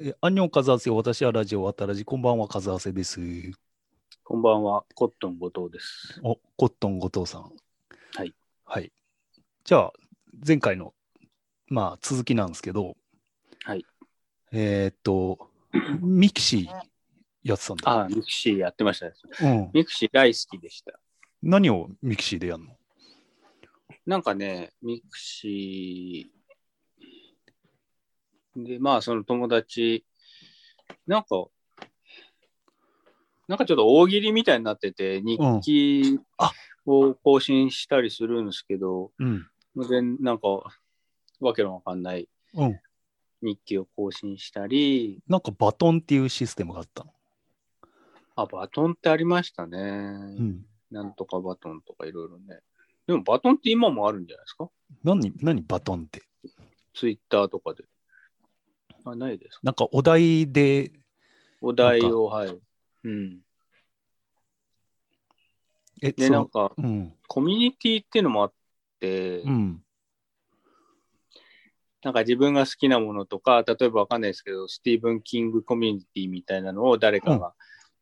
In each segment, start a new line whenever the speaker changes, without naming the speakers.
え、アンニョンカズアセ、私はラジオ渡らじ、こんばんはカズアセです。
こんばんは、コットン後藤です。
お、コットン後藤さん。
はい。
はい。じゃあ、前回の、まあ、続きなんですけど、
はい。
えーっと、ミキシーやってたんだ。
ああ、ミクシーやってましたね。
うん。
ミクシー大好きでした。
何をミキシーでやるの
なんかね、ミクシーで、まあ、その友達、なんか、なんかちょっと大喜利みたいになってて、日記
あ
を更新したりするんですけど、
うん。
全なんか、わけのわかんない
うん。
日記を更新したり、
なんかバトンっていうシステムがあったの。
あ、バトンってありましたね。
うん。
なんとかバトンとかいろいろね。でもバトンって今もあるんじゃないですか
何、何バトンって。
ツイッターとかで。あ、ないですか
なんかお題で、
お題を、はい。うん。
え、
で、
そ
なん
の、
か、
うん。
コミュニティっていうのもあって、
うん。
なんか自分が好きなものとか、例えばわかんないですけど、スティーブン・キングコミュニティみたいなのを誰かが、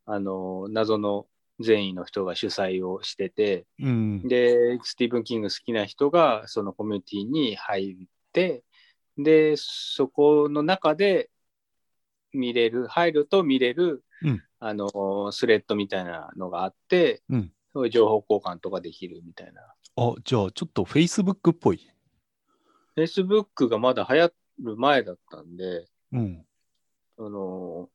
あの、謎の善意の人が主催をしてて、
うん。
で、スティーブン・キング好きな人がそのコミュニティに入って、で、そこの中で見れる、入ると見れる、
うん
あの、スレッドみたいなのがあって、
うん
そういう情報交換とかできるみたいな。
あ、じゃあちょっと Facebook っぽい。
Facebook がまだ流行る前だったんで、
うん。
その、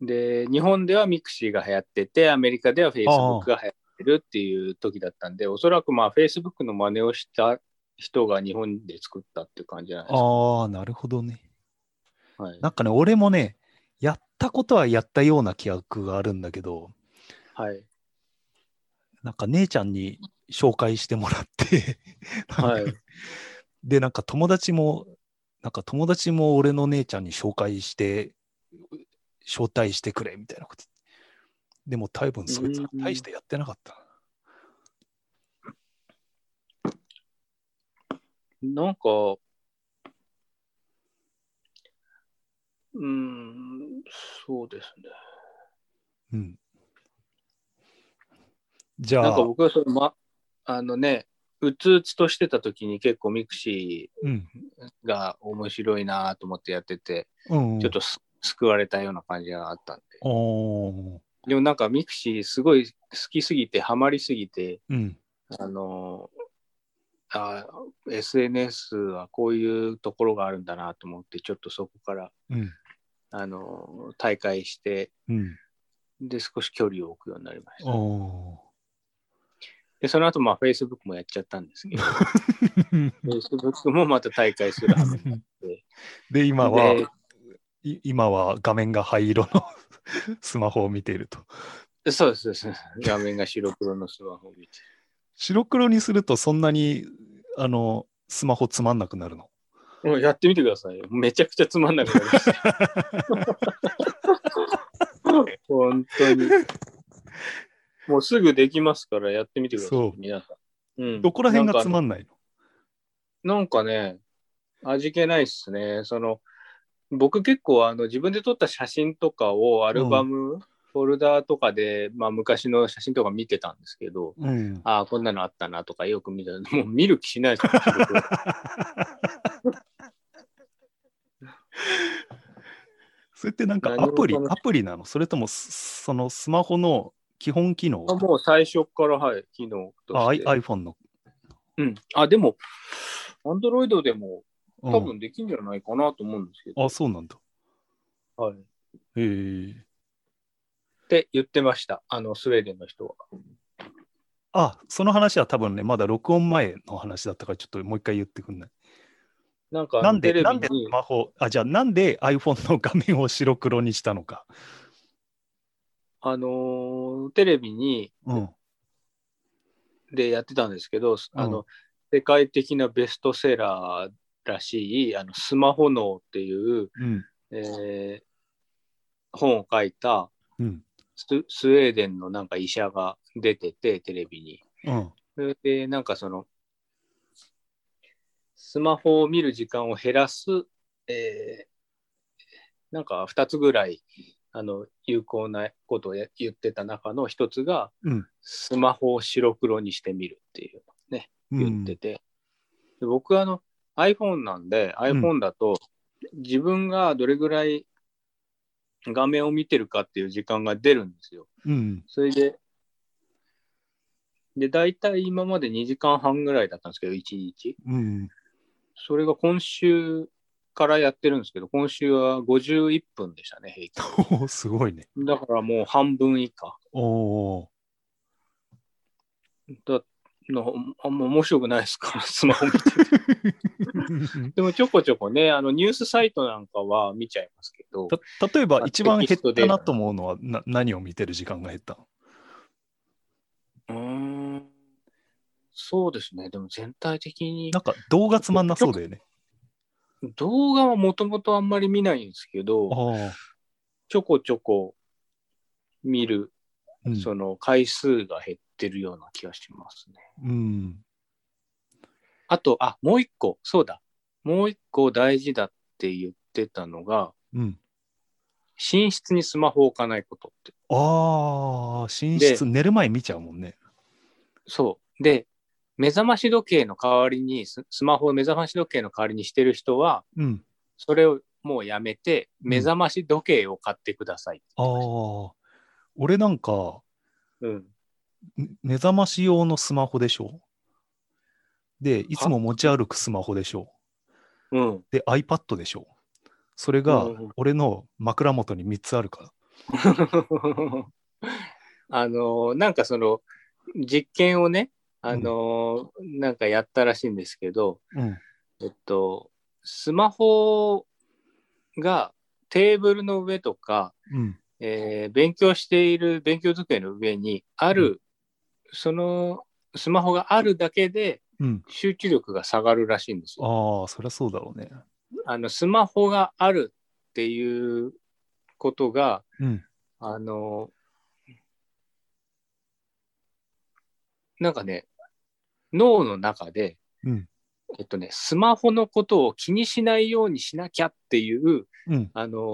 で、日本ではミクシーが流行ってて、アメリカでは Facebook が流行ってるっていう時だったんで、おそらくまあ Facebook の真似をした人が日本で作ったっていう感じじゃないです
ああ、なるほどね。
か。はい。
なんかね、俺もね、やったことはやったような記憶があるんだけど、
はい。
なんか姉ちゃんに紹介してもらって、
はい
で、なんか友達も、なんか友達も俺の姉ちゃんに紹介して、招待してくれみたいなこと。でも多分そいつら
うん
大してやってなかった。
なんか、うーん、そうですね。
うん。じゃあ、
なんか僕はそれ、ま、あのね、うつうつとしてた時に結構ミクシ
うん。
ーが面白いなと思ってやってて、
うんうん、
ちょっとす救われたような感じがあったんで。
おー
でもなんかミクシーすごい好きすぎて、ハマりすぎて、
うん。
あのーあー SNS はこういうところがあるんだなと思って、ちょっとそこから、
うん。
あのー大会して、
うん。
で、少し距離を置くようになりました。
お
で、その後、まあ、Facebook もやっちゃったん ですけど、
ー
Facebook もまた大会するはめに なって。
で、今は
で、
い今は画面が灰色の スマホを見ていると。
そうです、そうです。画面が白黒のスマホを見て。
白黒にするとそんなに、あの、スマホつまんなくなるの。
もうやってみてくださいよ。めちゃくちゃつまんなくな りました。本当に。もうすぐできますからやってみてください
そう
よ、皆さん。うん、
どこら辺がつま
ん
んないの
なんかね、味気ないっすね。その、僕結構あの自分で撮った写真とかをアルバム、フォルダーとかで、まあ昔の写真とか見てたんですけど、
うん。
ああ、こんなのあったなとかよく見てたもう見る気しないですよ記録
それってなんか
何
ア
も
プリ
楽し、く
アプリなのそれともす、そのスマホの基本機能
あ もう最初から、はい、機能と
あ I-
して。
?iPhone の。
うん。あ、でも、アンドロイドでも
うん
多分できるんじゃないかなと思うんですけど。
あ、そうなんだ。
はい。っ
へえ。
て言ってました。あの、スウェーデンの人は。
あ、その話は多分ね、まだ録音前の話だったから、ちょっともう一回言ってくんない。
なんか、
なん
テ
で、
レビ
なんでス
に、
マホ、あ、じゃあなんで iPhone の画面を白黒にしたのか。
あのーテレビに、
うん。
でやってたんですけど、あの、世界的なベストセラーらしい、あの、スマホ脳っていう、
うん。
えー本を書いた
うん。
ス、スウェーデンのなんか医者が出てて、テレビに。
うん。
それで、なんかその、スマホを見る時間を減らす、えーなんか2つぐらいあの有効なことをや言ってた中の1つが、
うん
スマホを白黒にしてみるっていうね言ってて、で僕はあの iPhone なんで iPhone だと自分がどれぐらい画面を見てるかっていう時間が出るんですよ。
うん。
それで、で、大体今まで2時間半ぐらいだったんですけど、1日。
うん。
それが今週からやってるんですけど、今週は51分でしたね、平
うん、 すごいね。
均。だからもう半分以下。
おー
だのあんま面白くないですから、 スマホ見て。 でもちょこちょこね、あのニュースサイトなんかは見ちゃいますけど、
た例えば
まあ
一番
テ
減
キス
っ
トで
たなと思うのはな何を見てる時間が減った
うーん、そうですね、でも全体的に
なんか動画つまんなそうだよね。
動画はもともとあんまり見ないんですけど、
ああ、
ちょこちょこ見る、
うん
その回数が減ってるような気がしますね。
うん。
あと、あ、もう一個、そうだ。もう一個大事だって言ってたのが、
うん。
寝室にスマホを置かないことって。
ああ、寝室寝る前見ちゃうもんね。
そう。で、目覚まし時計の代わりに、ススマホを目覚まし時計の代わりにしてる人は、
うん。
それをもうやめて、
うん
目覚まし時計を買ってくださいって
あ
言ってまし
あ、俺なんか
た。うん。
ね目覚まし用のスマホでしょで、いつも持ち歩くスマホでしょ
うん。
で、iPad でしょそれが
うん
俺の枕元に3つあるから。
あのなんかその実験をねあの、なんかやったらしいんですけど、
うん。
えっと、スマホがテーブルの上とか、
うん。
えー勉強している勉強机の上にある、そのスマホがあるだけで
うん。
集中力が下がるらしいんですよ。
ああ、そりゃそうだろうね。
あのスマホがあるっていうことが
うん。
あの、なんかね、脳の中で、
うん
えっとね、スマホのことを気にしないようにしなきゃっていう、
うん。
あの、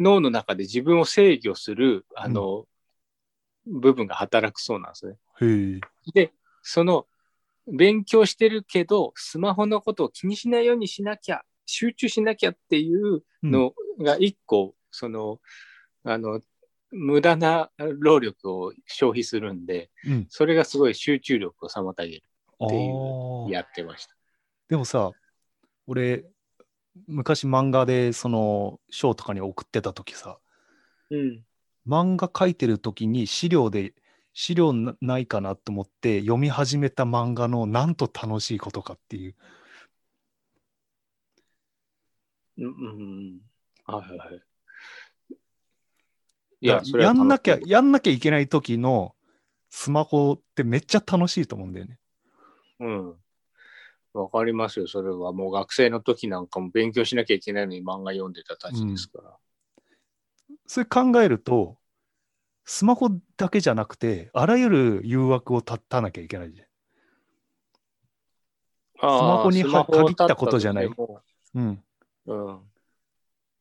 脳の中で自分を制御する、あの、部分が働くそうなんですね。
へえ。
で、その、勉強してるけど、スマホのことを気にしないようにしなきゃ、集中しなきゃっていう
うん。
のが一個そのあの無駄な労力を消費するんで
うん。
それがすごい集中力を妨げるっていう
ああ。
やってました。
でもさ、俺、昔漫画でその賞とかに送ってた時さ、
うん、
漫画描いてる時に資料で、資料なないかなと思って読み始めた漫画のなんと楽しいことかっていう、
うんうんうん、はいはいはい。い
だ
や
か、
そ
ら
れ
や
は
んなきゃ
楽し、い
やんなきゃいけない時のスマホってめっちゃ楽しいと思うんだよね。
うん。わかりますよ、それは。もう学生の時なんかも勉強しなきゃいけないのに漫画読んでたたちですから。
それ考えると、スマホだけじゃなくて、あらゆる誘惑を絶たなきゃいけないじゃん。
ああ
スマホに
スマホを
限ったことじゃない
立ったとして
う
も
ん。
うん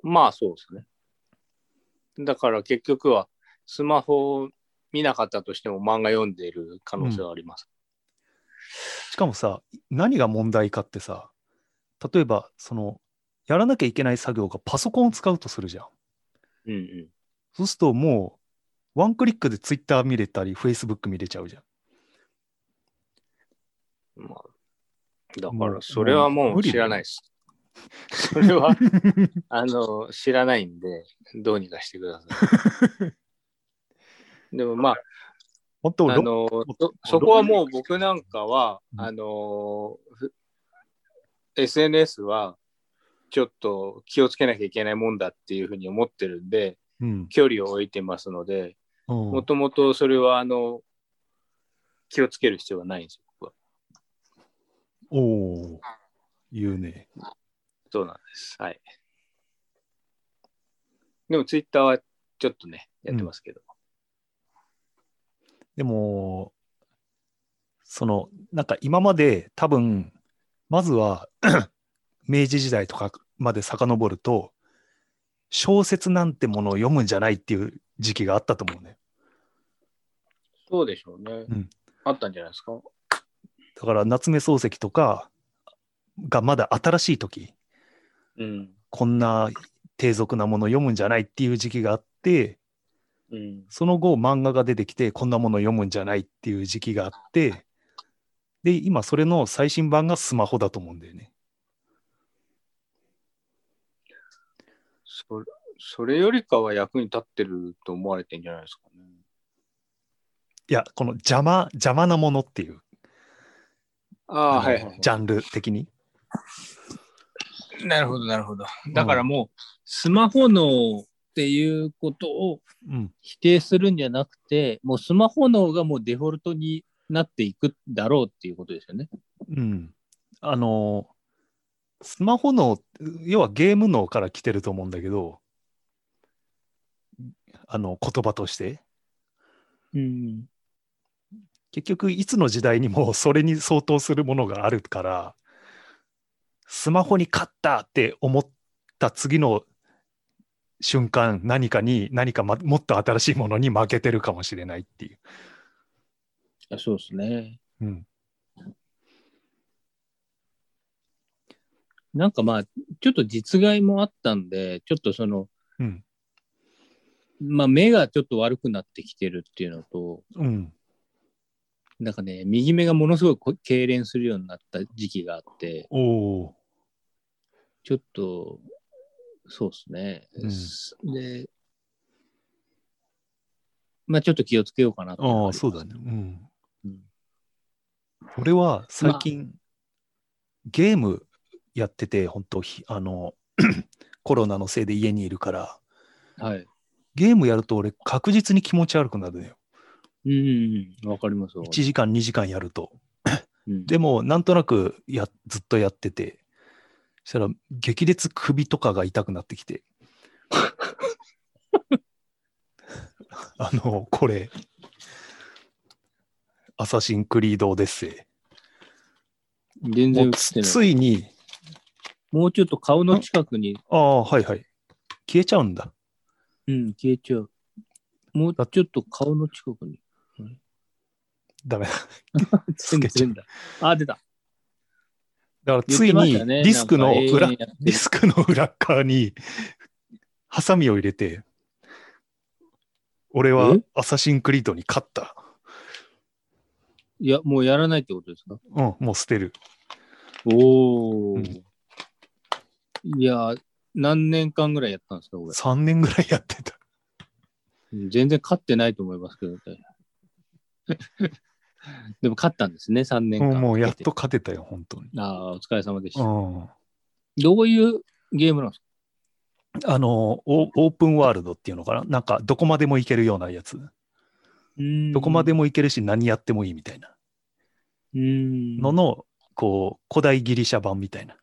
まあそうですね。だから結局はスマホを見なかったとしても漫画読んでる可能性はあります。
しかもさ、何が問題かってさ、例えば、その、やらなきゃいけない作業がパソコンを使うとするじゃん。
うんうん。
そうするともう、ワンクリックでツイッター見れたり、フェイスブック見れちゃうじゃん。
まあ、だからそれはも
もう
う知らないです。そ れはあの知らないんでどうにかしてくださ い。でもまあ
本当、
あ
ろ
の
ロ
そそこはもう僕なんかは、
うん
あのふ SNS はちょっと気をつけなきゃいけないもんだっていうふうに思ってるんで
うん。
距離を置いてますので
うん
もともとそれはあの気をつける必要はないんですよ僕は
おお言うね。
そうなんですはいでもツイッターはちょっとねやってますけど、
でも、その、なんか今まで多分、 まずは明治時代とかまで遡ると、小説なんてものを読むんじゃないっていう時期があったと思うね。
そうでしょうね。
うん
あったんじゃないですか。
だから夏目漱石とかがまだ新しい時、
うん。
こんな低俗なものを読むんじゃないっていう時期があって、
うん。
その後漫画が出てきてこんなものを読むんじゃないっていう時期があって、で、今それの最新版がスマホだと思うんだよね。
そそれよりかは役に立ってると思われてんじゃないですかね。
いや、この邪魔、邪魔なものっていう、
ああ、
あの
はいはいはい。
ジャンル的に。
なるほど、なるほど。だからもう、スマホのっていうことを
うん。
否定するんじゃなくて、もうスマホ脳がもうデフォルトになっていくだろうっていうことですよね。
うん。あの、スマホの、要はゲーム脳から来てると思うんだけど、あの、言葉として。
うん。
結局いつの時代にも それに相当するものがあるからスマホに勝ったって思った次の瞬間何かに何か、ま、もっと新しいものに負けてるかもしれないっていう、
そうですね。
うん、
なんかまあ、ちょっと実害もあったんで、ちょっとその、
うん
まあ目がちょっと悪くなってきてるっていうのと、
うん
なんかね、右目がものすごいこ痙攣するようになった時期があって、
おお
ちょっと、そう
う
ですね。で、まあちょっと気をつけようかなっていの
あ
は
あ
り
そうだ
ます
ねうん
うん
俺は最近、ゲームやってて本当ひあの コロナのせいで家にいるから
はい。
ゲームやると俺確実に気持ち悪くなるのよ
うんうんうん、わかりますわか
1時間2時間やると
ります。
でも、なんとなくや、ずっとやってて、そしたら、激烈首とかが痛くなってきて。 あの、これ、アサシンクリードオデッセ
うん、
イ。
全
も
然映
う
って
つ
ない。
ついに、
もうちょっと顔の近くに、
ああ、はいはい。消えちゃうんだ。
うん、消えちゃう。もうちょっと顔の近くに。
ダメだ。
全然だ。あ、出た。
だから、
言っ
つ
て
い
まし
に
たね
リスクの裏、
なんか永遠やってる
リスクの裏っ側に、ハサミを入れて、俺は
え
アサシンクリードに勝った。
いや、もうやらないってことですか
うん、もう捨てる。
おお、
うん
いや、何年間ぐらいやったんですか、こ
3年ぐらいやってた。
れ。全然勝ってないと思いますけど、ね、 でも勝ったんですね、3年
もう
間。
もうやっと。勝てたよ、本当に。
ああー、お疲れ様でし
う
た。
ん、
どういうゲームなんですか
あのオ、オープンワールドっていうのかななんか、どこまでも行けるようなやつ。どこまで
も。
も行けるし、何やってもいいみたいな
うーん。
のの、こう、古代ギリシャ版みたいな。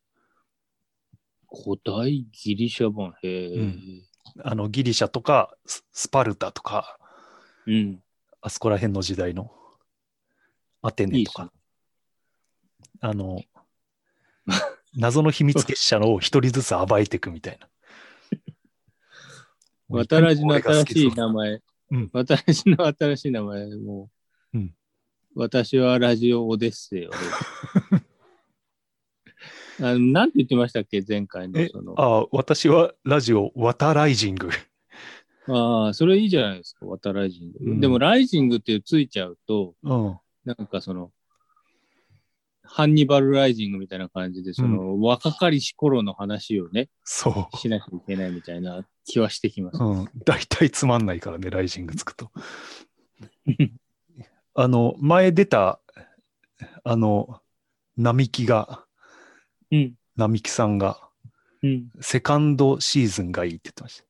古代ギリシャ版。へえ。
うあの、ギリシャとか、ススパルタとか、
うん。
あそこら辺の時代の、アテ
い
ネ
いっ
と
す
か、
ね
あの、謎の秘密結社のを一人ずつ暴いていくみたいな。
渡らじの新しい名
前。
前。
うん
渡らじの新しい名前もう、
うん
私はラジオオデッセ イを。あのなんて言ってましたっけ前回の
え
その。あ
ああ、私はラジオ、ワタライジング。
あー、それいいじゃないですか、渡ライジング。
うん
でも、ライジングってついちゃうと、
うん。
なんかその、ハンニバルライジングみたいな感じで、その、若かりし頃の話をね、
そ
しなきゃいけないみたいな気はしてきます
う。。うん。大体つまんないからね、ライジングつく と。あの、前出た、あの、並木が、
うん。
並木さんが、
うん。
セカンドシーズンがいいって言ってました。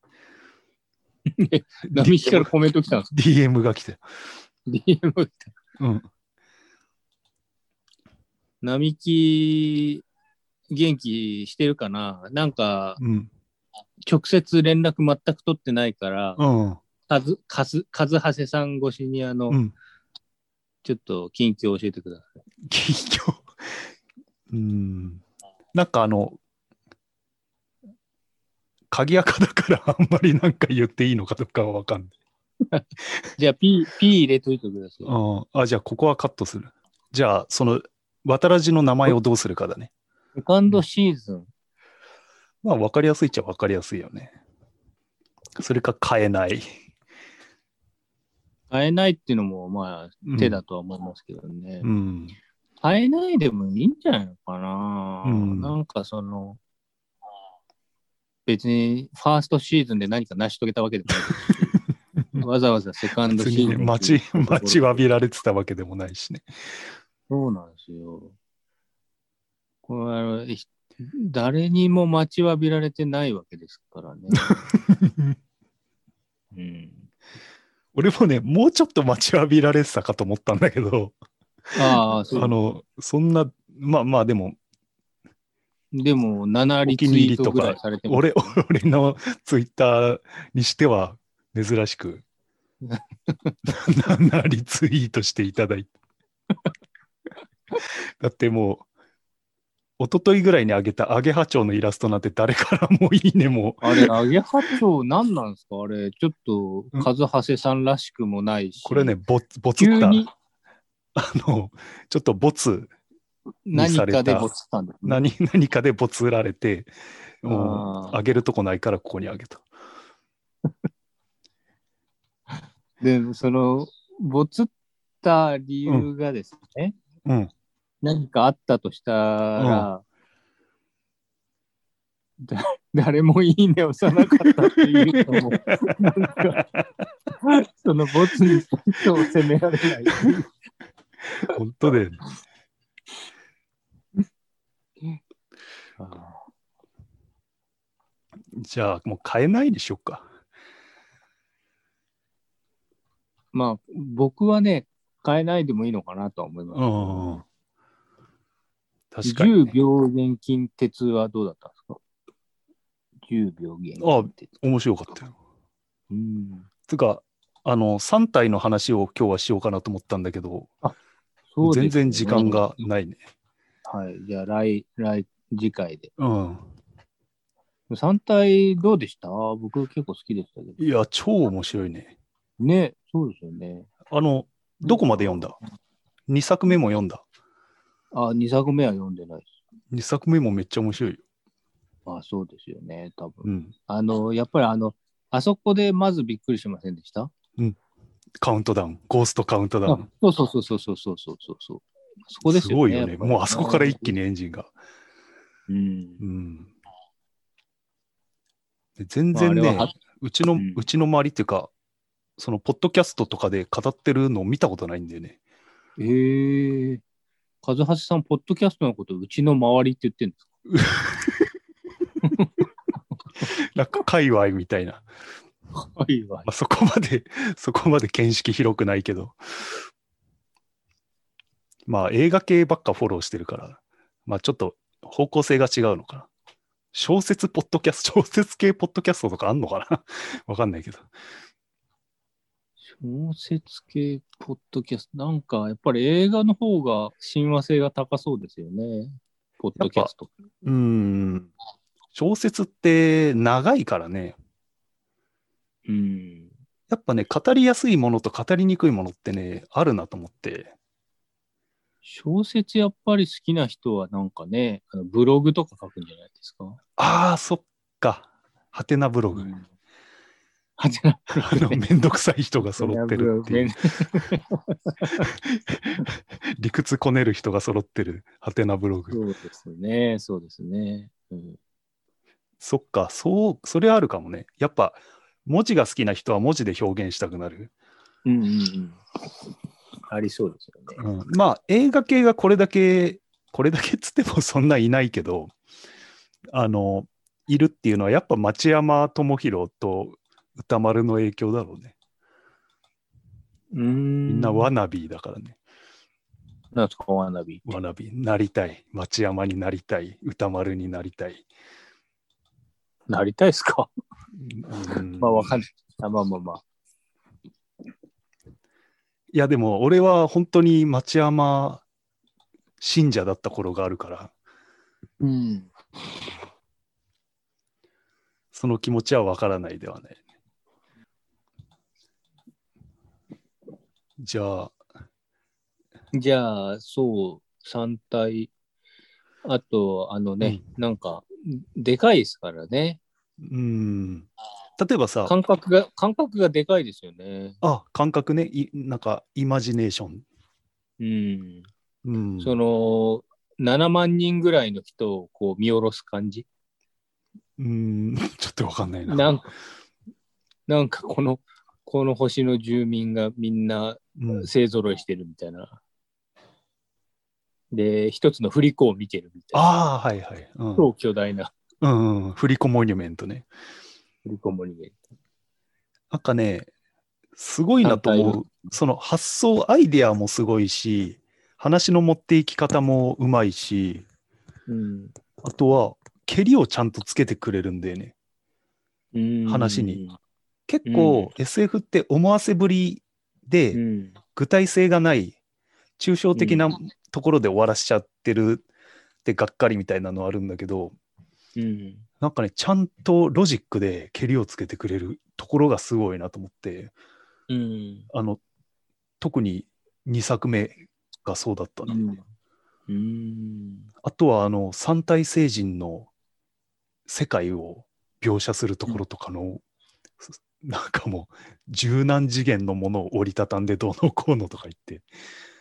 並木からコメント来たんです
DM が来て。
DM 来た。
うん。
並木、元気してるかななんか、
うん。
直接連絡全く取ってないから、
うん。
かず、かず、かずはせさん越しにあの、
うん。
ちょっと近況教えてください。
企業。うん。なんかあの、鍵垢だからあんまりなんか言っていいのかどうかはわかんない。
じゃあ、P、P 入れといてください。
うん、あ、じゃあここはカットする。じゃあ、その、渡らじの名前をどうするかだね。
セカンドシーズン。
まあ、わかりやすいっちゃわかりやすいよね。それか変えない。
変えないっていうのも、まあ、手だとは思いますけどね。
うん。
変えないでもいいんじゃないのかな。
うん
なんかその、別にファーストシーズンで何か成し遂げたわけで もない。わざわざセカンドシ
別
ーズ
に
ンってい
待
う。
ち、待ちわびられてたわけでもない しね。
そうなんですよ。これはあの、ひ誰にも待ちわびられてないわけですから ね。うん、
俺もね、もうちょっと待ちわびられてたかと思ったんだけど、
ああ、そう
あの、そんな、まあまあでも、
でも、7リツイートぐらいされてます
俺、俺のツイッターにしては珍し く、7リツイートしていただいて。だってもう、一昨日ぐらいにあげたアゲハチョウのイラストなんて誰からもいいねも、
あれ、アゲハチョウ何なんですかあれ、ちょっと、カズハセさんらしくもないし。
これね、、ぼぼつっ
急
た、
に
あの、ちょっとボツ、
何か
に
で
された
ボツったんですね、
何 何かでぼつられて、もう
あー
あげるとこないからここにあげた。
で、その、ボツった理由がですね、
うん。
何かあったとしたら、だ 誰もいいねをさなかったっていうの も、なんか、そのボツに人を責められない。
本当で、 じゃあもう変えないでしょうか。
まあ、僕はね、変えないでもいいのかなとは思います。
うん。確かに、
10
ね。
秒減近鉄はどうだったんですか ?10 秒減近鉄。
面白かったよ。
うん。
つうか、あの、3体の話を今日はしようかなと思ったんだけど、
そうです
全
ね
然時間。がないね。
はい。じゃあ、来、来、次回で。
うん。
3体どうでした僕結構好きでしたけど。
いや、超面白いね。
ね、そうですよね。
あの、どこまで読んだ ?2 作目も読んだ。
あ、2作目は読んでないです。
2作目もめっちゃ面白いよ。
あ、そうですよね、多分。
うん。
あの、やっぱりあの、あそこでまずびっくりしませんでした
カウントダウン、ゴーストカウントダウ
あ
ン。
そうそうそうそうそうそうそうそう。そこですよね。
ごいよ
や
ね。
っぱり
もうあそこから一気にエンジンが。
うん
うん。で全
まああ
然
れ
ね、
はは
うちの、
うん
うちの周りっていうか、その、ポッドキャストとかで語ってるのを見たことないんだよね。
ええカズハセさん、ポッドキャストのこと、うちの周りって言ってるんで すか
なんか、界隈みたいな。
はいは
まあ、そこまで、 そこまで見識広くないけど。まあ、映画系ばっかフォローしてるから、まあ、ちょっと方向性が違うのかな。小説ポッドキャスト、小説系ポッドキャストとかあんのかな わかんないけど。
小説系ポッドキャスト。なんか、やっぱり映画の方が親和性が高そうですよね。ポッドキャスト。
うん。小説って長いからね。
うん。
やっぱね、語りやすいものと語りにくいものってね、あるなと思って。
小説やっぱり好きな人はなんかね、あのブログとか書くんじゃないですか。
ああ、そっか。ハテナブログ。
はてな
あの、めんどくさい人が揃ってるってい
はてなブログ
う
ね。
理屈こねる人が揃ってるハテナブログ。
そうですね、そうですね。うん、
そっか、そう、それあるかもね。やっぱ、文字が好きな人は文字で表現したくなる。
うんうんうん。ありそうですよ
う
ね。
ん、まあ、映画系がこれだけ、これだけっつっても そんないないけど、あの、いるっていうのは、やっぱ町山智博と歌丸の影響だろうね。
うん。
みんなワナビーだからね。
なんですか、ワナビ。
ワナビー、なりたい。町山になりたい。歌丸になりたい。
なりたいですか
うん
まあ、わかんない。あまあまあまあ。
いや、でも俺は本当に町山信者だった頃があるから、
うん。
その気持ちはわからないではない。じゃあ、
じゃあ、そう、3体。あと、あのね、なんか、でかいですからね。
うん。例えばさ、
感覚が、感覚がでかいですよね。
あ、感覚ね、いなんか、イマジネーション。
うん。
うん。
その、7万人ぐらいの人をこう見下ろす感じ。
うん、 ちょっとわかんないな。
なんか、なんかこの、この星の住民がみんな
うん、
勢ぞろいしてるみたいな。で、一つの振り子を見てるみたいな。
ああ、はいはい。うん、
超巨大な
うんうん、振り子モニュメントね。
振り子森で。
なんかね、すごいなと
反対
思う。その発想、アイデアもすごいし、話の持っていき方もうまいし、
うん
あとは、蹴りをちゃんとつけてくれるんだよね。
うん
話に。結構、SF って思わせぶりで、
うん。
具体性がない、抽象的
う
なんところで終わらしちゃってるってがっかりみたいなのあるんだけど、
うん。
なんかね、ちゃんとロジックで蹴りをつけてくれるところがすごいなと思って。
うん。
あの、特に2作目がそうだったね。
うん。
あとは、あの、三体星人の世界を描写するところとかの、すなんかもう、十何次元のものを折りたたんでどうのこうのとか言って、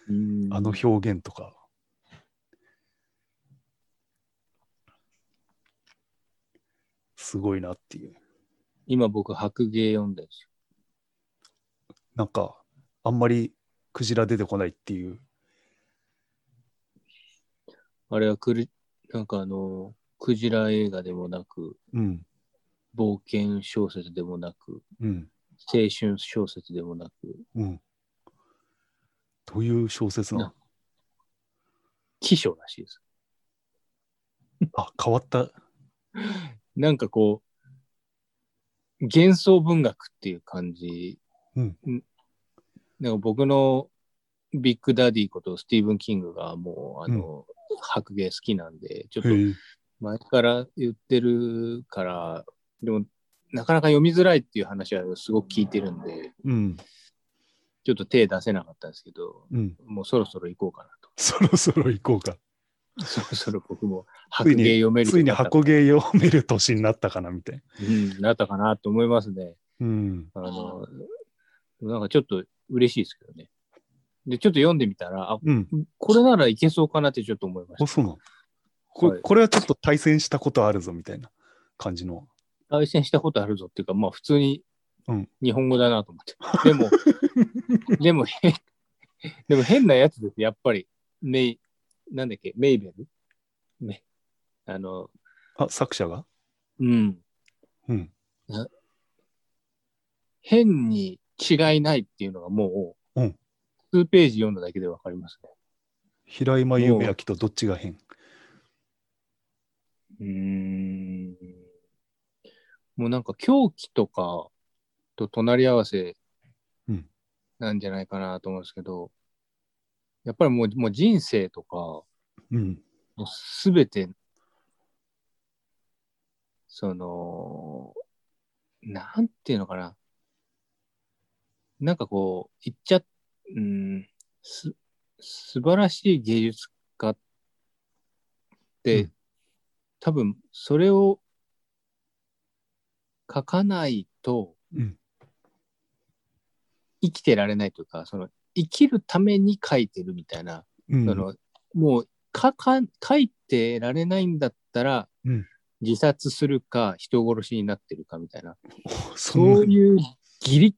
うん
あの表現とか。すごいなっていう。
今僕、白芸読んだんですよ。
なんか、あんまりクジラ出てこないっていう。
あれはくる、なんかあの、クジラ映画でもなく、
うん、
冒険小説でもなく、
うん、
青春小説でもなく、
うん。という小説なの
な。奇書らしいです。
あ、変わった。
なんかこう、幻想文学っていう感じ。
うん
なんか僕のビッグダディことスティーブン・キングがもう、あの、白芸好きなんで、ちょっと
へえ
前から言ってるから、でも、なかなか読みづらいっていう話はすごく聞いてるんで、
うん、
ちょっと手出せなかったんですけど、
うん。
もうそろそろ行こうかな
そろそろ行こうか。
と。そろそろ僕も
つ
白
いに
芸読める
ついに箱
芸、
芸読める年になったかな、みたいな。
うん、なったかなと思いますね。
うん。
あの、なんかちょっと嬉しいですけどね。で、ちょっと読んでみたら、あ、
うん。
これならいけそうかなってちょっと思いま
あ、
し
そうなのこ
は
れ
い
これはちょっと対戦したことあるぞ、みたいな感じの。
た。対戦したことあるぞっていうか、まあ普通に
うん
日本語だなと 思って。でも、でも、 へでも変なやつです、やっぱり。メイ、なんだっけ、メイベルメあの、
あ、作者が
うん。
うん。
変に違いないっていうのがもう、
うん
数ページ読んだだけでわかりますね。
平山夢明とどっちが変
うーんもうなんか狂気とかと隣り合わせ
うん
なんじゃないかなと思うんですけど、やっぱりもうもう人生とか、も
うん。
うすべて、その、なんていうのかな。なんかこう、言っちゃ、うん、す、素晴らしい芸術家って、
うん
多分それを書かないと
うん。
生きてられないというか、その生きるために書いてるみたいな、
うん。
そのもう書か書いてられないんだったら、
うん
自殺するか人殺しになってるかみたいな、
そん
そ
な
う
に
いうギリッ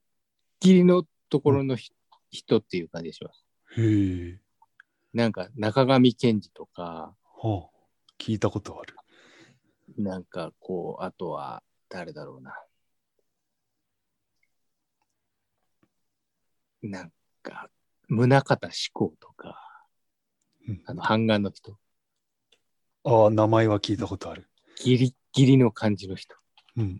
ギリのところのひ、人っていう感じがします。
へえ。
なんか中上健治とか、
はあ。聞いたことある。
なんかこう、あとは誰だろうな。なんか、宗像志功とか、
うん
あの、版画の人、
ああ、名前は聞いたことある。
ギリッギリの感じの人。
うん。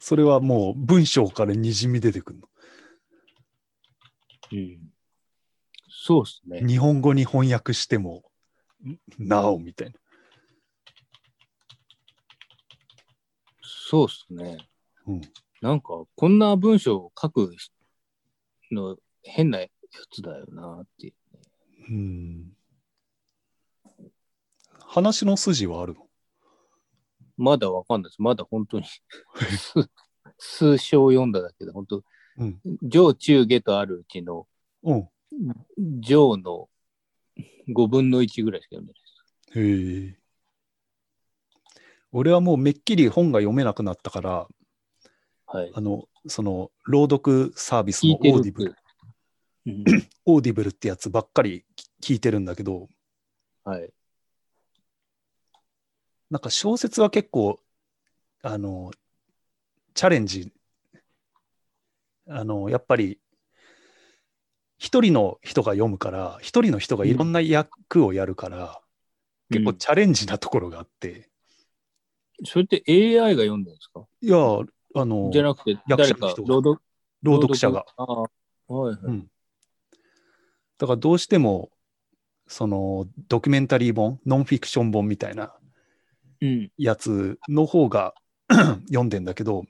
それはもう文章からにじみ出てくるの。
うん。そうっすね。
日本語に翻訳しても、んなおみたいな。
そうっすね。
うん
なんか、こんな文章を書くの変なやつだよなって。
うん。話の筋はあるの
まだわかんないです。まだ本当に数、数章読んだだけで、本当、
うん
上中下とあるうちの、
うん。
上の5分の1ぐらいしか読んでない。
へえ。俺はもうめっきり本が読めなくなったから、
はい。
あの、その、朗読サービス
聞
の
いて
オーデ
る
ィブル、
うん
オーディブルってやつばっかり聞いてるんだけど、
はい。
なんか小説は結構、あの、チャレンジ、あの、やっぱり、一人の人が読むから、一人の人がいろんな役をやるから、結構
うん
チャレンジなところがあって、
それって AI が読んでるんですか
いや、あの、
じゃなくて、誰か
役者の人が
朗読
朗読者が。。
ああ、はいはい。
うん、だからどうしてもそのドキュメンタリー本ノンフィクション本みたいな
うん。
やつの方が 読んでんだけど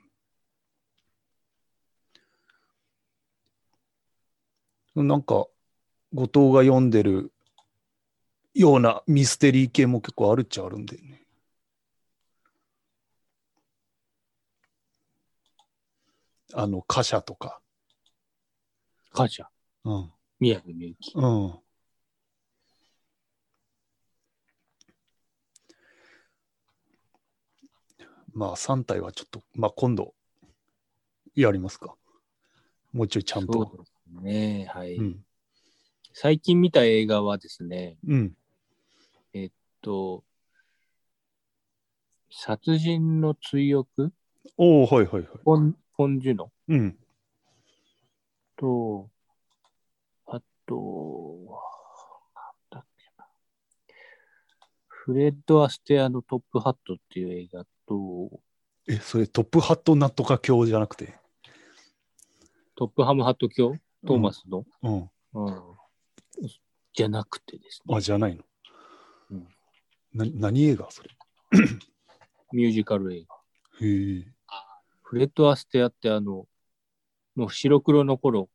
なんか後藤が読んでるようなミステリー系も結構あるっちゃあるんだよね。あの貨車とか。
感謝。
うん
宮城みゆき。
うん。まあ3体はちょっと、まあ今度やりますか。もうちょいちゃんと。
そうですね。はい。
うん。
最近見た映画はですね、
うん。
と、殺人の追憶
おおはいはいはい。
ポンポンジュノ
うん。
と、あと、なんだっけな。フレッド・アステアのトップハットっていう映画と、
え、それトップハットなんとか教じゃなくて。
トップハムハット教トーマスの、
うん。
うんじゃなくてですね
あ、、じゃないの。
うん
な何映画それ。
ミュージカル映画。
へえ。
フレッド・アステアってあの、もう白黒の頃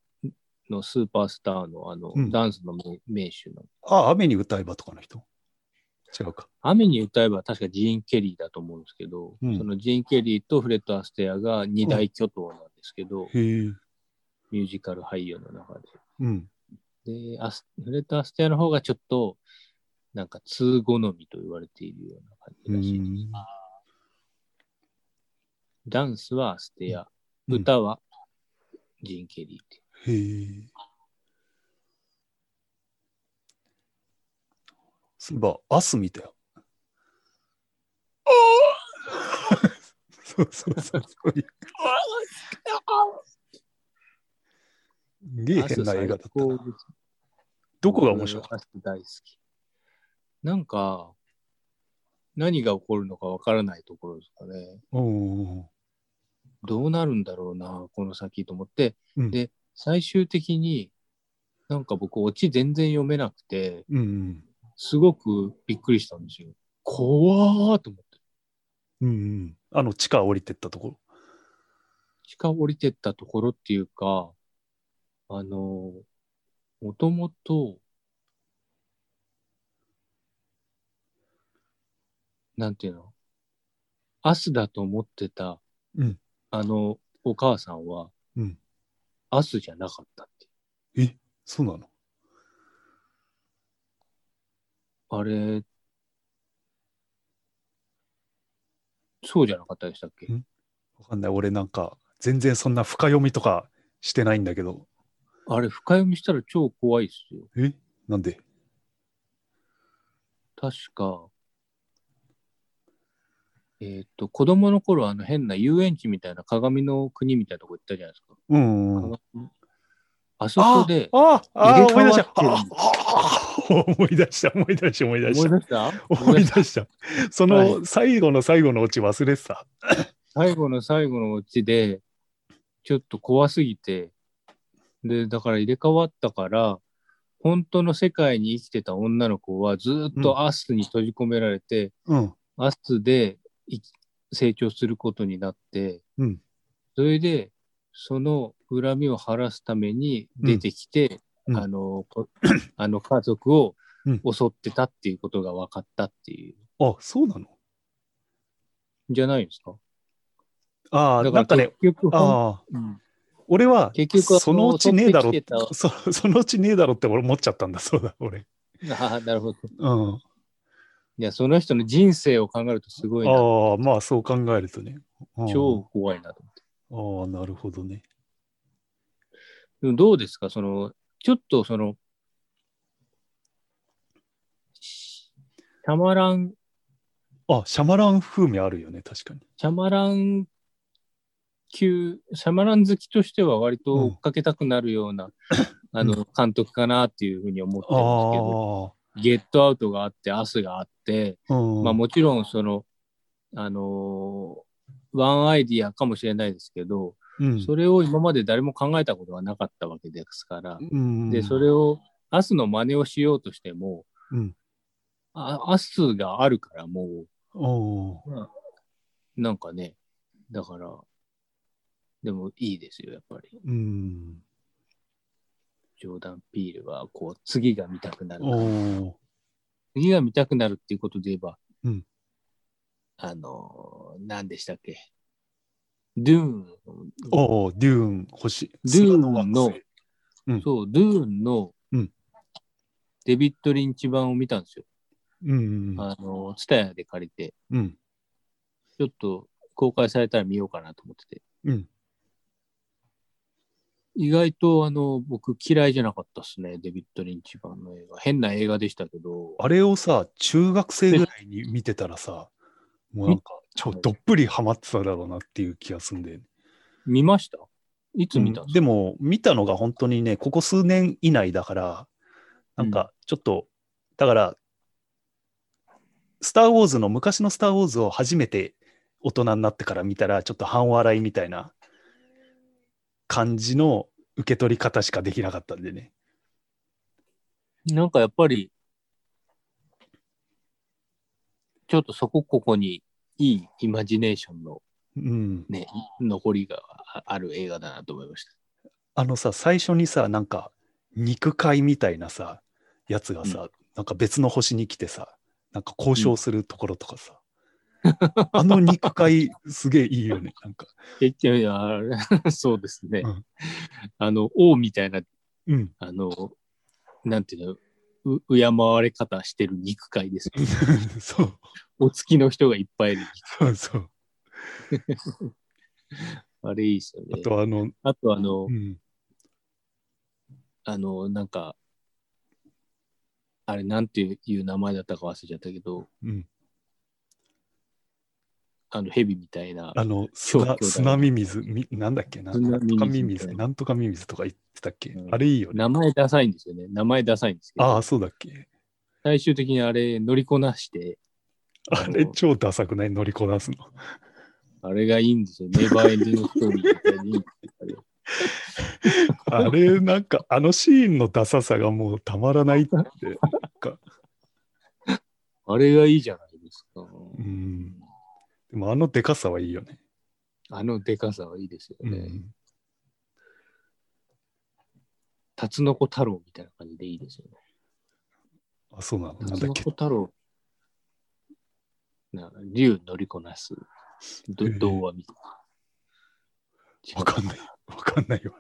のスーパースターのあの、
うん
ダンスの名名手の
あ、雨に歌えばとかの人違うか。
雨に歌えば確かジーン・ケリーだと思うんですけど、
うん
そのジーン・ケリーとフレッド・アステアが二大巨頭なんですけど、
へえ。
ミュージカル俳優の中
うん。
で。で、アスフレッド・アステアの方がちょっと、なんか通好みと言われているような感
う
じらしい。
ん。
ダンスはアステア、
うん
歌はジーン・ケリーって。
へえ。そういえば、アス見たよ。そうそうそうそういう。すげえ変な映画だったな。
アス最高です
どこが面白かっ
僕アス大好き。なんか、何が起こるのかわからないところですかね。
たうん
どうなるんだろうな、この先と思って、
うん
で、最終的に、なんか僕、オチ全然読めなくて、
うんうん。
すごくびっくりしたんですよ。怖ーと思って。
うんうん。あの、地下降りてったところ。
地下降りてったところっていうか、あの、もともと、なんていうのアスだと思ってた、
うん
あの、お母さんは、
うん
アスじゃなかったっていう。
そうなの
あれ、そうじゃなかったでしたっけ
んわかんない。俺なんか、全然そんな深読みとかしてないんだけど。
あれ、深読みしたら超怖いっすよ。
えなんで
確か、えーっと、子供の頃、あの変な遊園地みたいな鏡の国みたいなとこ行ったじゃないですか。
うんうん。
鏡あそこで、
あああ
入れ替
思い
わ
出
っ
して
る
た。ああ思い出した、思い出した、思い出
思い出
した。思い出
した
した。そ
は
の最後の最後のオチ忘れてた。
最後の最後のうちで、ちょっと怖すぎて、で、だから入れ替わったから、本当の世界に生きてた女の子はずーっとアスに閉じ込められて、
うん。
アスでいき成長することになって、
うん
それでその恨みを晴らすために出てきて、
うん
あのこ あの家族を
うん
襲ってたっていうことが分かったってい
あ、そうなの
うんじゃないですか。
ああ、
だ
なんかね、
結局ほん
ああ、
うん
俺は、
結局あの
そのうちねえだろ
取ってきて
そ、 そのうちねえだろって俺思っちゃったんだ、そうだ、俺。
ああなるほど。
うん。
いや、その人の人生を考えるとすごいな。
ああ、まあそう考えるとね。うん
超怖いなと思って。
ああ、なるほどね。
でもどうですかその、ちょっとその、シャマラン、
あ、シャマラン風味あるよね、確かに。
シャマラン級、シャマラン好きとしては割と追っかけたくなる ような、あの、監督かなっていうふうに思ってるんですけど、
あ
ゲットアウトがあって、アスがあって、
あ、うん。
まあもちろんその、あのーワンアイディアかもしれないですけど、
うん、
それを今まで誰も考えたことがなかったわけですから、
うん、
で、それを、アスの真似をしようとしても、
うん
あアスがあるからも
おー
う、なんかね、だから、でもいいですよ、やっぱり。
うん。
ジョーダン・ピールは、こう、次が見たくなる。
おー
次が見たくなるっていうことで言えば、
うん
あのー、何でしたっけ。ドゥーン、
おーデューン、星。
ドゥーンの
砂惑星うん
そう、ドゥーンの、
うん
デビッド・リンチ版を見たんですよ。
うん。
あのー、ツタヤで借りて。
うん。
ちょっと公開されたら見ようかなと思ってて。
うん。
意外とあの僕嫌いじゃなかったですね、デビッド・リンチ版の映画。変な映画でしたけど、
あれをさ、中学生ぐらいに見てたらさ、もうなんか、ちょ、どっぷりハマってただろうなっていう気がするんだよね。
見ましたいつ見たん
う
で
ん
すか、
でも、見たのが本当にね、ここ数年以内だから、なんか、ちょっと、だから、スター・ウォーズの、昔のスター・ウォーズを初めて大人になってから見たら、ちょっと半笑いみたいな感じの受け取り方しかできなかったんでね。
なんかやっぱり、ちょっとそこここにいいイマジネーションの
うん。
ね、残りがあある映画だなと思いました。
あのさ、最初にさ、なんか、肉塊みたいなさ、やつがさ、なんか別の星に来てさ、なんか交渉するところとか さ、あの肉塊、すげえいいよね、なんか。
いやいや、あれ そうですね。
うん
あの、王みたいな
うん。
あの、なんていうの、う敬われ方してる肉塊です よ。
そう、
お付きの人がいっぱいいる。
そうそう。
あれいいですよ
あ
ね。
とあの、
あと、あの
う、ん、
あの、なんか、あれ、なんていう名前だったか忘れちゃったけど、
うん、
あの、蛇みたいな、
あの、砂
兄弟
砂ミミズ、みなんだっけな、
砂
な
ミ
ん
ミズ
とかミミズ、
みたい
なんとかミミズとか言ってたっけ、
うん
あれいいよね。
名前ダサいんですよね。名前ダサいんですけど、
ああ、そうだっけ。
最終的にあれ乗りこなして、
あれ超ダサくない乗りこなすの。
あれがいいんですよ。ネバーエンディングストーリーみたいに いいんですよ。
あれ、なんか、あのシーンのダサさがもうたまらないって。
あれがいいじゃないですか。
うん。でも、あのデカさはいいよね。
あのでかさはいいですよ
う
ね。
ん。
タツノコ太郎みたいな感じでいいですよね。
あ、そうなの。な
タ
ん
ツ
だっ
ノ
け
コ。太郎、な竜乗りこなすど
えー
童話みたいな。
わかん
違う
ない。わかんないわ。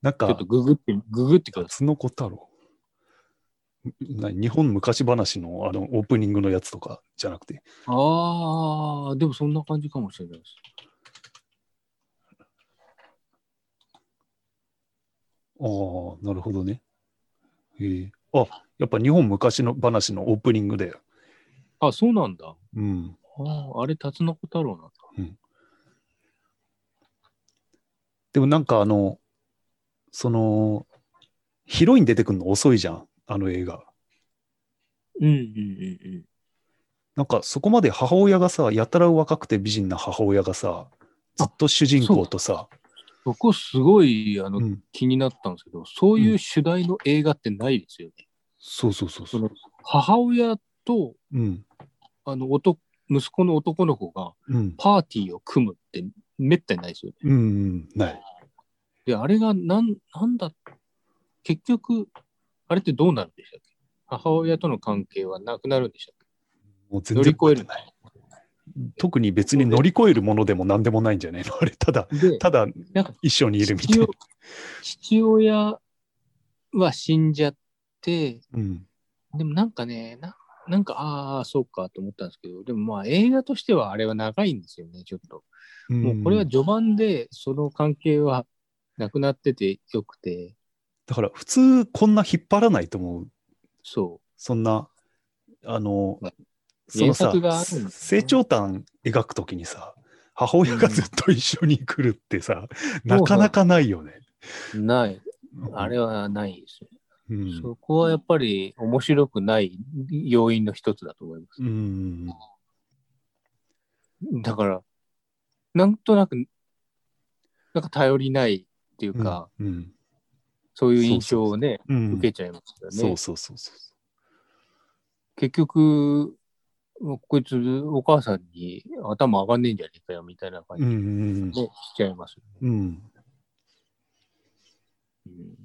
なんか、
ちょっとググって、ググってくださ
夏の子太郎。な日本昔話のあのオープニングのやつとかじゃなくて、
い。ああ、でもそんな感じかもしれないです。
ああ、なるほどね。へえあやっぱ日本昔の話のオープニングだよ。
あ、そうなんだ。
うん。
あーあれ、タツノコ太郎なんだ。
でもなんかあの、その、ヒロイン出てくるの遅いじゃん、あの映画。
うんうんうんうん。
なんかそこまで母親がさ、やたら若くて美人な母親がさ、ずっと主人公とさ、
そこすごいあの、
うん、
気になったんですけど、そういう主題の映画ってないですよね。
そうそうそうそう。
母親と
うん、
あの男息子の男の子が
うん。
パーティーを組むってめったにないですよね。
うんうん。ない。
で、あれがなん、なんだ、結局、あれってどうなるんでしたっけ母親との関係はなくなるんでしたっ
もう
け
全
乗
然
り越える。
特に別に乗り越えるものでも何でもないんじゃないの あれ、ただ、
で、
ただ
なんか
一緒にいるみたい
父
な
お。父親は死んじゃって、
うん。
でもなんかね、ななんか、ああ、そうかと思ったんですけど、でもまあ映画としてはあれは長いんですよね、ちょっと。もうこれは
ん
序盤でその関係はなくなっててよくて、
だから普通こんな引っ張らないと思う。
そ
そんな、あの
まあ、
そのさ
原作があるんだよね、
成長譚描くときにさ、母親がずっと一緒に来るってさ、なかなかないよね。
う、ない、あれはないですよね。
うん
そこはやっぱり面白くない要因の一つだと思います。
うん。
だから、なんとなく、なんか頼りないっていうか、
うん。
そういう印象をね、
うん。
受けちゃいますよね。
そうそうそうそう。
結局、こいつお母さんに頭上がんねえんじゃねえかよみたいな感
う
じ
ん
で、
う
ね
ん
しちゃいます、
うんうん。
うん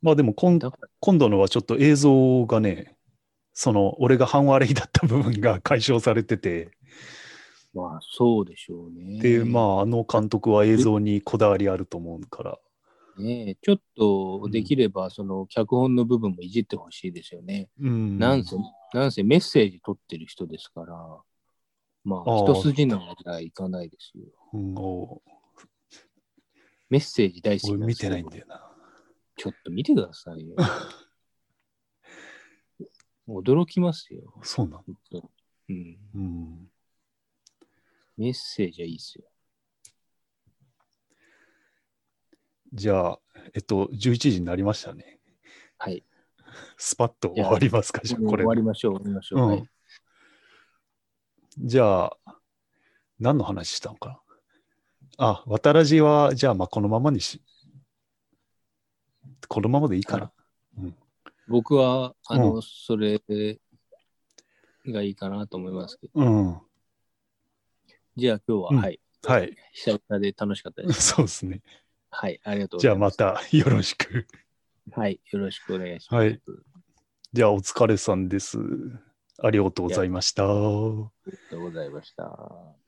まあでも今
だから、
今度のはちょっと映像がね、その俺が半割れだった部分が 解消されてて、
まあそうでしょうね。
で、まああの監督は映像にこだわりあると思うから、
ねえ、ちょっとできれば、その脚本の部分もいじってほしいですよね。
うん。
なんせ、なんせメッセージ取ってる人ですから、ま
あ
あ
あ
一筋縄ではいかないですよ。
うんお
メッセージ大好き
俺
んで
見
すよ
てないんだよな。
ちょっと見てくださ いよ。驚きますよ。
そうなん
本当うん。
うん。
メッセージはいいですよ。
じゃあ、えっと、11時になりましたね。
はい。
スパッと終わりますか、じゃあこれ
終。わりましょう、終わりましょう。
うん
はい
じゃあ、何の話したのかなあ、渡らじは、じゃあ、まあ、このままにし、このままでいいかな。
僕は、あの、
う
それがいいかなと思いますけど。
うん。
じゃあ今日は、
うん
はい。
はい。
久々で楽しかったで す。
そうですね。
はい、ありがとうご
じ
ざ
ゃあ、
いま。
ますたよろしく。
はい、よろしくお願いします。
はいじゃあ、お疲れさんです。ありがとうございました。
ありがとうございました。